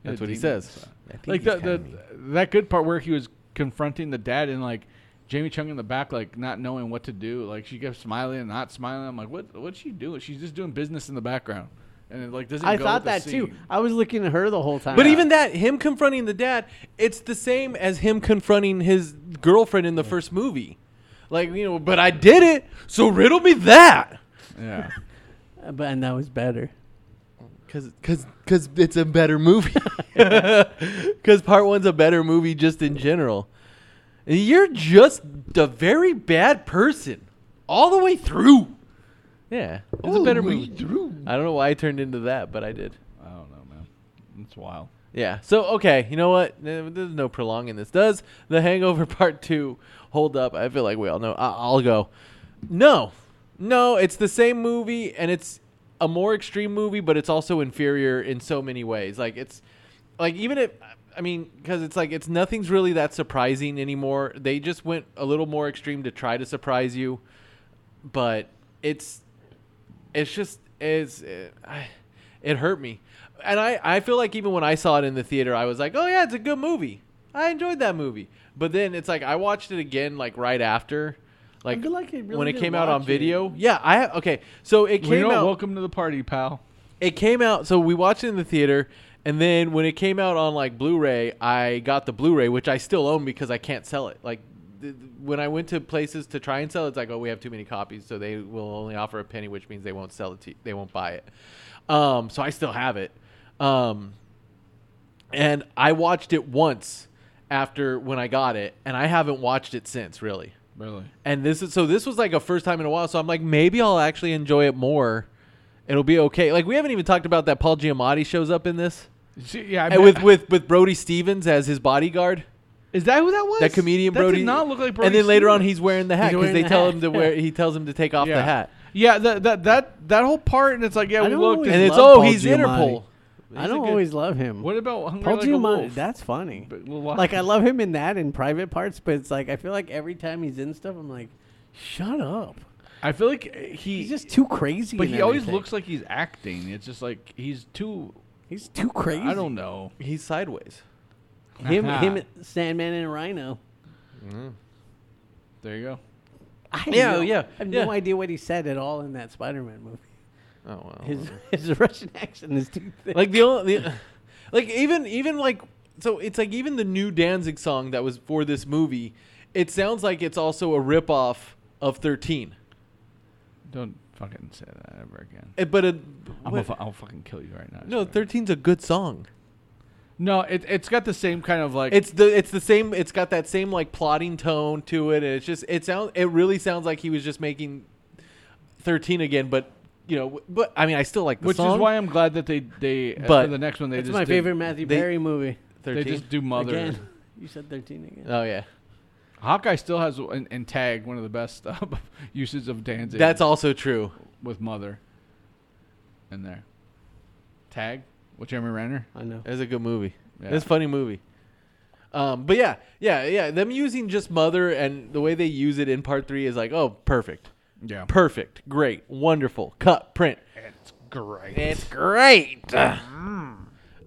That's Yeah, what he demon, says. so. I think like he's the, kinda the mean. that good part where he was confronting the dad and like Jamie Chung in the back, like not knowing what to do. Like she kept smiling and not smiling. I'm like, what? What's she doing? She's just doing business in the background, and it like doesn't. I go thought with that the too. scene. I was looking at her the whole time. But even that, him confronting the dad, it's the same as him confronting his girlfriend in the first movie. Like, you know, but I did it, so riddle me that. Yeah. Uh, but and that was better. Cause, cause, cause it's a better movie. Cause part one's a better movie just in general. You're just a very bad person all the way through. Yeah, it's a better movie. I don't know why I turned into that, but I did. I don't know, man. It's wild. Yeah. So okay, you know what? Eh, There's no prolonging this. Does The Hangover Part Two hold up? I feel like we all know. I- I'll go. No, no. It's the same movie, and it's a more extreme movie, but it's also inferior in so many ways. Like it's like even if I mean, because it's like it's nothing's really that surprising anymore. They just went a little more extreme to try to surprise you, but it's it's just it's it, I- it hurt me and I, I feel like even when i saw it in the theater i was like oh yeah it's a good movie i enjoyed that movie but then it's like i watched it again like right after like, feel like I really when it didn't came out on watch video yeah i okay so it came You know, out welcome to the party, pal. it came out so we watched it in the theater and then when it came out on like blu-ray i got the blu-ray which i still own because i can't sell it like th- th- when i went to places to try and sell it it's like oh we have too many copies so they will only offer a penny which means they won't sell it to they won't buy it um, so i still have it um, and i watched it once after when i got it and i haven't watched it since really Really? and this is so this was like a first time in a while so i'm like maybe i'll actually enjoy it more it'll be okay like we haven't even talked about that paul giamatti shows up in this See, yeah. I and with with with brody stevens as his bodyguard is that who that was? that comedian That brody did not look like Brody. and then later on Stevens. he's wearing the hat because wearing they the tell hat. him to wear he tells him to take off yeah. the hat Yeah. That that that that whole part, and it's like, yeah, I we don't looked. always and And it's love oh Paul he's interpol Giamatti. I He's a don't good- always love him. what about Hungry Paul Like a Giamatti? Wolf? That's funny. But we'll watch- Like I love him in that and private parts, but it's like I feel like every time he's in stuff, I'm like, shut up. I feel like uh, he He's just too crazy. But in he always everything. looks like he's acting. It's just like he's too. He's too crazy. I don't know. he's sideways Him, him, Sandman and Rhino. There you go. I Yeah, know- yeah, I have yeah. no idea what he said at all in that Spider-Man movie. oh well His his Russian accent is too thick. like the only the, like even even like so it's like even the new danzig song that was for this movie it sounds like it's also a ripoff of 13 Don't fucking say that ever again. Uh, But it, what- I'm gonna, fu- I'll fucking kill you right now. I no, swear. 13's a good song. No, it, it's got the same kind of like. It's the it's the same. It's got that same like plotting tone to it, and it's just it sounds it really sounds like he was just making 13 again. But you know, w- but I mean, I still like the which song. is why I'm glad that they they But- but for the next one they That's just my did- favorite Matthew they- Perry movie. 13. They just do mother. Again, you said thirteen again. oh yeah, Hawkeye still has and, and tag one of the best uh, uses of Danzig. that's also true. with mother. In there, tag with Jeremy Renner. I know. It's a good movie. Yeah. It's a funny movie. Um, but yeah, yeah, yeah. Them using just mother and the way they use it in part three is like, oh, perfect, Yeah, perfect, great, wonderful, cut, print. Great. It's great.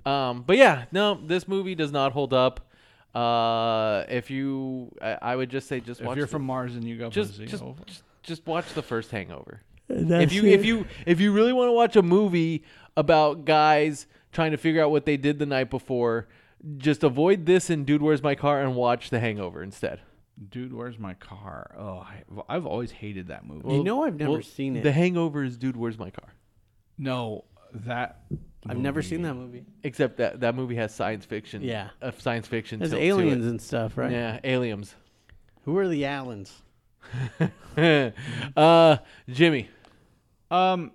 um, but yeah, no, this movie does not hold up. Uh, if you, I, I would just say just if watch. you're the- from Mars and you go just, pussy, just, oh. just, just watch the first Hangover. That's if you, if you, if you really want to watch a movie about guys trying to figure out what they did the night before, just avoid this and Dude, Where's My Car and watch The Hangover instead. dude, where's my car? Oh, I, I've always hated that movie. you know I've never seen it. The Hangover is Dude, Where's My Car. No, that I've never seen that movie. Except that that movie has science fiction. Yeah. a science fiction. There's tilt to it. aliens and stuff, right? Yeah, aliens. Who are the Allens? uh, Jimmy. Um,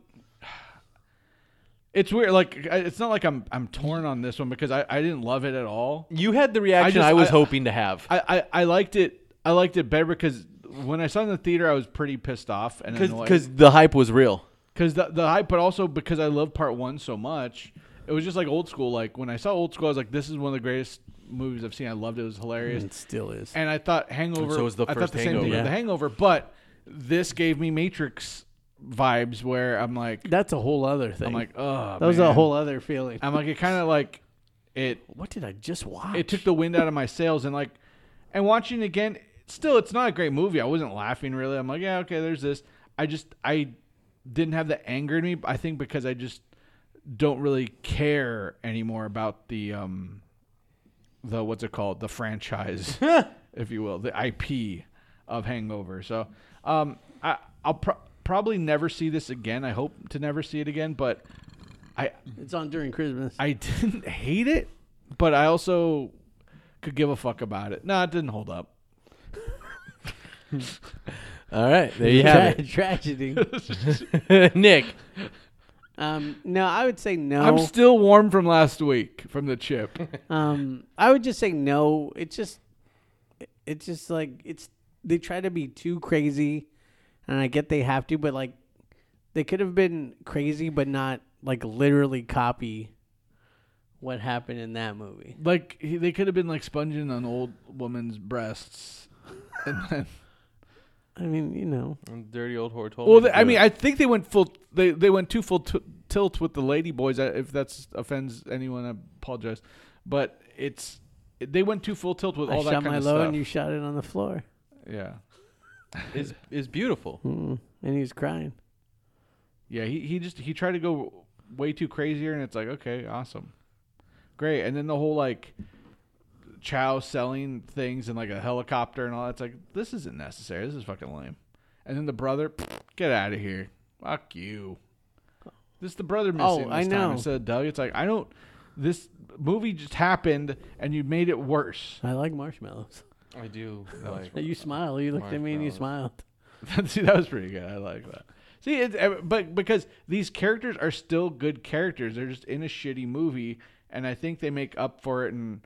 it's weird. Like I- it's not like I'm I'm torn on this one because I, I didn't love it at all. You had the reaction I, just- was I- hoping to have. I, I, I liked it. I liked it better because when I saw it in the theater, I was pretty pissed off and annoyed. Because the hype was real. because the, the hype, but also because I love part one so much. It was just like old school. Like when I saw old school, I was like, "This is one of the greatest movies I've seen. I loved it. It was hilarious." It still is. And I thought Hangover. so was the I first thought the same thing Hangover. with the Hangover, but this gave me Matrix vibes where I'm like, That's a whole other thing. I'm like, oh, that was a man." whole other feeling. I'm like, it kind of like it what did I just watch? it took the wind out of my sails and like and watching again still, it's not a great movie. I wasn't laughing really. I'm like, yeah, okay, there's this. I just I didn't have the anger in me. I think because I just don't really care anymore about the um the what's it called the franchise, if you will, the IP of Hangover. So um I I'll pro- probably never see this again. I hope to never see it again, but I It's on during Christmas. I didn't hate it, but I also could give a fuck about it. No, it didn't hold up. All right, there you have Tra- tragedy. it, Nick. um, no, I would say no. I'm still warm from last week from the chip. Um, I would just say no. It's just, it's just like it's. They try to be too crazy, and I get they have to, but like, they could have been crazy, but not like literally copy what happened in that movie. like he, they could have been like sponging on old woman's breasts. And I then, mean, you know, Dirty old whore told well, they, I mean, I think they went full. They they went too full t- tilt with the lady boys. I- If that's offends anyone, I apologize. But it's they went too full tilt with all I that shot kind my of low stuff. and you shot it on the floor, yeah. is is beautiful. mm. and he was crying. Yeah, he, he just he tried to go way too crazier, and it's like, okay, awesome, great. And then the whole like Chow selling things and like a helicopter and all that's like, this isn't necessary. This is fucking lame. And then the brother, get out of here. Fuck you. This is the brother missing Oh, this I time know. instead of Doug. It's like I don't. This movie just happened, and you made it worse. I like marshmallows. I do. Like, You smile. You looked at me and you Marshmallows. smiled. See, that was pretty good. I like that. See, it's, eh, but because these characters are still good characters, they're just in a shitty movie, and I think they make up for it and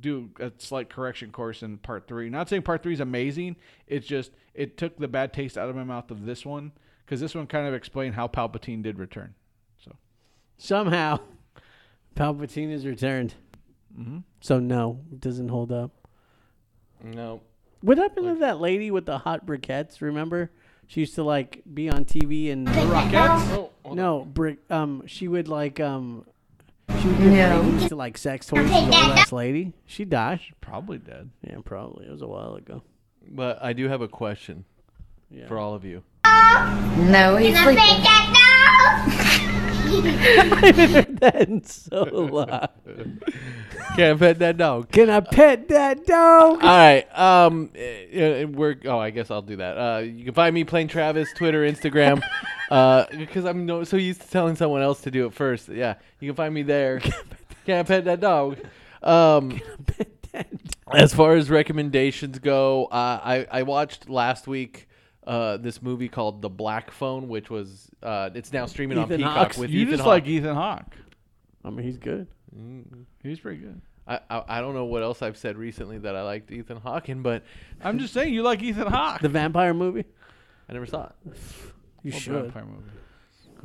do a slight correction course in part three. Not saying part three is amazing. It's just it took the bad taste out of my mouth of this one because this one kind of explained how Palpatine did return. Somehow, Palpatine is returned. So no, it doesn't hold up. no. What happened to that lady with the hot briquettes? Remember, she used to like be on TV and Oh, hold no brick. Um, she would like um, she would give No. ladies to like sex toys. She's an old ass lady. She died. Probably dead. Yeah, probably. It was a while ago. on. But I do have a question Yeah. for all of you. No, he's sleeping. I haven't heard that in so long. Can't pet that dog. Can I pet that dog? All right. Um, eh, eh, we're. Oh, I guess I'll do that. Uh, you can find me playing Travis Twitter, Instagram. Uh, because I'm no, so used to telling someone else to do it first. Yeah, you can find me there. Can't pet that dog. Um, as far as recommendations go, uh, I I watched last week. Uh, this movie called The Black Phone, which was uh, it's now streaming on Ethan Peacock Hawke's- with you Ethan just Hawke. like Ethan Hawke. I mean, he's good. He's pretty good. I, I I don't know what else I've said recently that I liked Ethan Hawke in, but I'm just saying you like Ethan Hawke. The vampire movie. I never saw it. You Old should. vampire movie.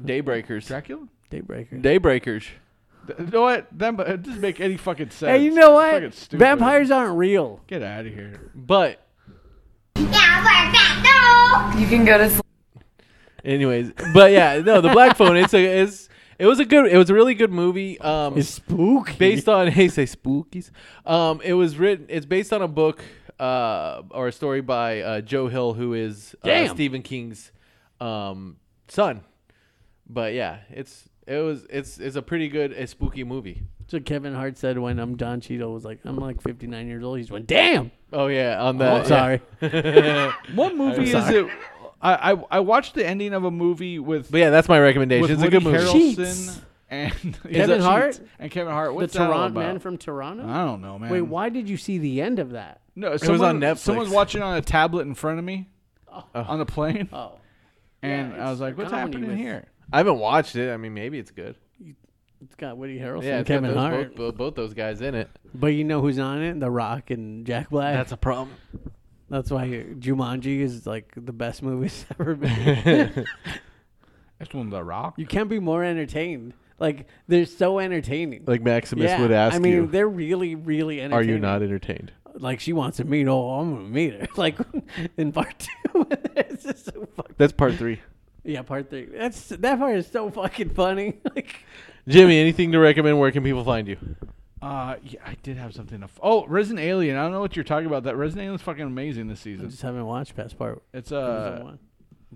Daybreakers. Dracula. Daybreaker. Daybreakers. Th- You know what? That mu- it doesn't make any fucking sense. Hey, you know what? It's fucking stupid. Vampires aren't real. Get out of here. But You can go to sleep. anyways, but yeah, no, the black phone. It's a it's it was a good it was a really good movie. Um, It's spooky. based on hey say spookies. Um, it was written. It's based on a book uh or a story by uh, Joe Hill, who is uh, Damn. Stephen King's um son. But yeah, it's it was it's it's a pretty good a spooky movie. So Kevin Hart said when I'm Don Cheadle was like I'm like 59 years old. He's went damn. Oh yeah, on the Oh, yeah. sorry. What movie is it? I, I I watched the ending of a movie with But yeah, that's my recommendation. with it's Woody a good movie. Harrelson Sheets. and Kevin Sheets Hart? and Kevin Hart. The What's that all Toronto man about? from Toronto. I don't know, man. Wait, why did you see the end of that? No, it on Netflix. Someone's watching on a tablet in front of me on a plane, Oh, and Yeah, I it's was like, a "What's comedy happening with- here?" I haven't watched it. I mean, maybe it's good. it's got Woody Harrelson, Yeah, and it's got Kevin those- Hart. Both, both, both those guys in it. But you know who's on it? The Rock and Jack Black. That's, a problem. why Jumanji is like the best movies ever made. That's one the Rock. you can't be more entertained. Like they're so entertaining. Like Maximus yeah, would ask I mean, you, they're really, really entertaining. "Are you not entertained?" like she wants to meet. Oh, I'm gonna meet her. Like in part two, it's just so fucking. That's part three. Yeah, part three. That's that part is so fucking funny. like Jimmy, anything to recommend? Where can people find you? Uh, yeah, I did have something. To f- oh, Resident Alien. I don't know what you're talking about. That Resident Alien's fucking amazing this I season. just haven't watched past part. It's Uh, uh, Season a one.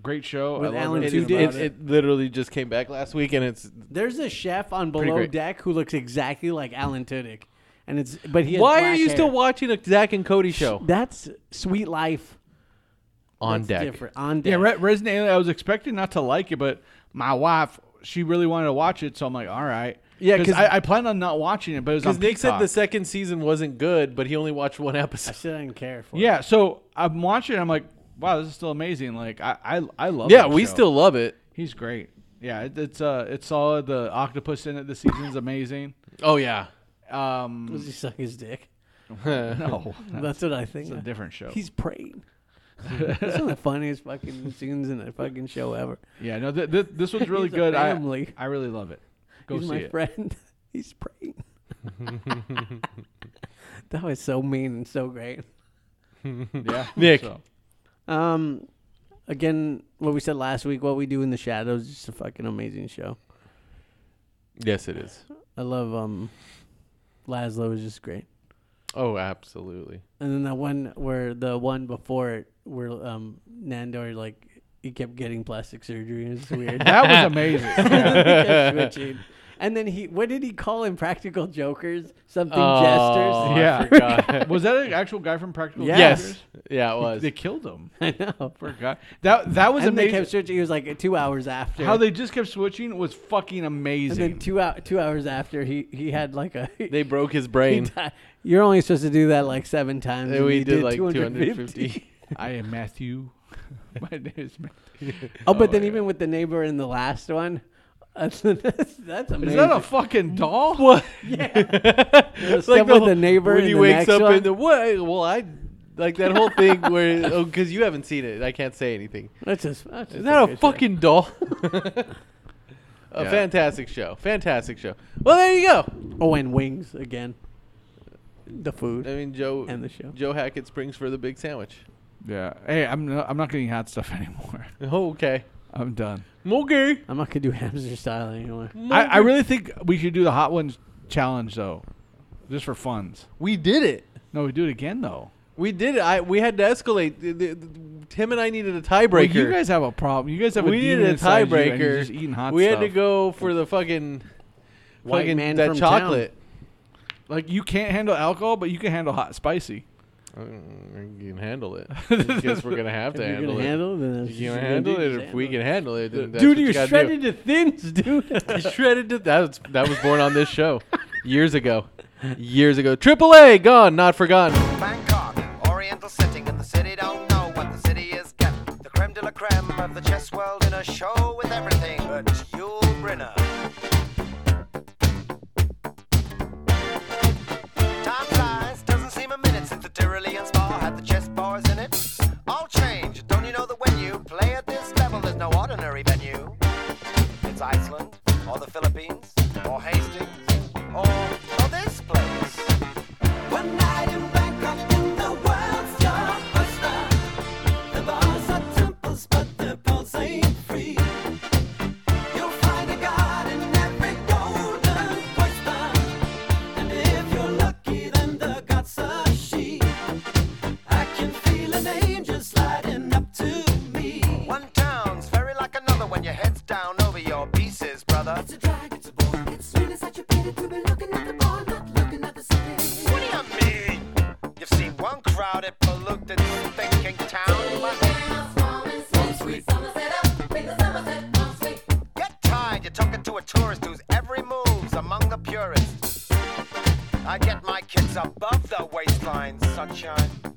great show. With I love Alan It, everything is, Tudyk. about it, it literally just came back last week, and it's There's a chef on Pretty Below great. Deck who looks exactly like Alan Tudyk, and it's but he. had why are black you still hair. watching a Zach and Cody show That's Sweet Life on That's deck? Different. On deck. Yeah, Re- Resident Alien. I was expecting not to like it, but my wife, she really wanted to watch it, so I'm like, all right. Yeah, 'cause- I, I planned on not watching it, but it was Because on Nick said Peacock. the second season wasn't good, but he only watched one I episode. said I didn't care for. it. Yeah, so I'm watching. I'm like, wow, this is still amazing. Like, I I, I love. Yeah, that we show. still love it. He's great. Yeah, it, it's uh, it's solid. The octopus in it this season's amazing. Oh yeah, Um, Does he suck his dick? no, That's what I think. it's a different show. He's praying. That's one of the funniest fucking scenes in a fucking show ever. yeah, no, th- th- this one's really He's a good. I family. I really love it. Go He's see my it. friend. He's praying. that was so mean and so great. Yeah, Nick. So, Um, again, what we said last week, what we do in the shadows, is just a fucking amazing show. Yes, it is. I love um, Laszlo is just great. Oh, absolutely. And then that one where the one before it, where um Nandor like he kept getting plastic surgery. It's weird. that was amazing. Yeah. He kept switching. And then he, what did he call him? Practical jokers, something Oh, jesters. Yeah. I forgot. Was that an actual guy from Practical? Yeah. yes. Jokers? Yeah, it was. They killed him. I know. Poor guy. That that was And they amazing. kept switching. It was like two hours after. How they just kept switching was fucking and amazing. then two out two hours after he he had like a. They broke his he brain. died. You're only supposed to do that like seven times. And and we he did like 250. 250. I am Matthew. My name is Matthew. Oh, but then yeah. even with the neighbor in the last one, that's, that's, that's amazing. Is that a fucking doll? What? It's like with the neighbor When in he the wakes next up one. in the what? Well, I like that whole thing where oh, because you haven't seen it, I can't say anything. That's just. That's just Is that a good fucking doll? a Yeah. fantastic show. Fantastic show. Well, there you go. show. Oh, and wings again. The I food. mean, Joe End the show. Joe Hackett springs for the big sandwich. Yeah. Hey, I'm not, I'm not getting hot stuff anymore. Oh, okay. I'm done. Okay. I'm not gonna do hamster style anymore. I, I really think we should do the hot ones challenge though, just for funds. We did it. No, we do it again though. We did it. I we had to escalate. The- the- the- Tim and I needed a tiebreaker. Well, you guys have a problem. You guys have we a demon needed a inside you, and you're tiebreaker. Just eating hot we had stuff. to go for the fucking White fucking man that from chocolate. Like you can't handle alcohol, but you can handle hot spicy. Mm, You can handle it. I guess we're gonna have to If you're handle gonna it. handle it, then that's you what can you're gonna do, handle it. just If we handle can handle it, then that's Dude, what you you're gotta do. shredded to thins, He's dude. shredded to that was that was born on this show years ago years ago triple a gone not forgotten Bangkok, oriental setting, and the city don't know what the city is getting. The creme de la creme of the chess world in a show with everything but Yul Brynner. Time flies, doesn't seem a minute since the Tyrolean spa had the chess bars in it. All change, don't you know that when you play at this level, there's no ordinary venue? It's Iceland, or the Philippines, or Hastings, or, or this place. One night in Bangkok and the world's your oyster. The bars are temples, but the pulse ain't free. You'll find a god in every golden oyster. And if you're lucky, then the god's a she. I can feel an angel sliding up to me. One town's very like another when your head's down over your pieces, brother. It's a drag, it's a bore. It's really such a pity to be looking at the bar, not looking at the city. What do you mean? You've seen one crowded, polluted, thinking town, but get tired. You're talking to a tourist whose every move's among the purists. I get my kids above the waistline, sunshine.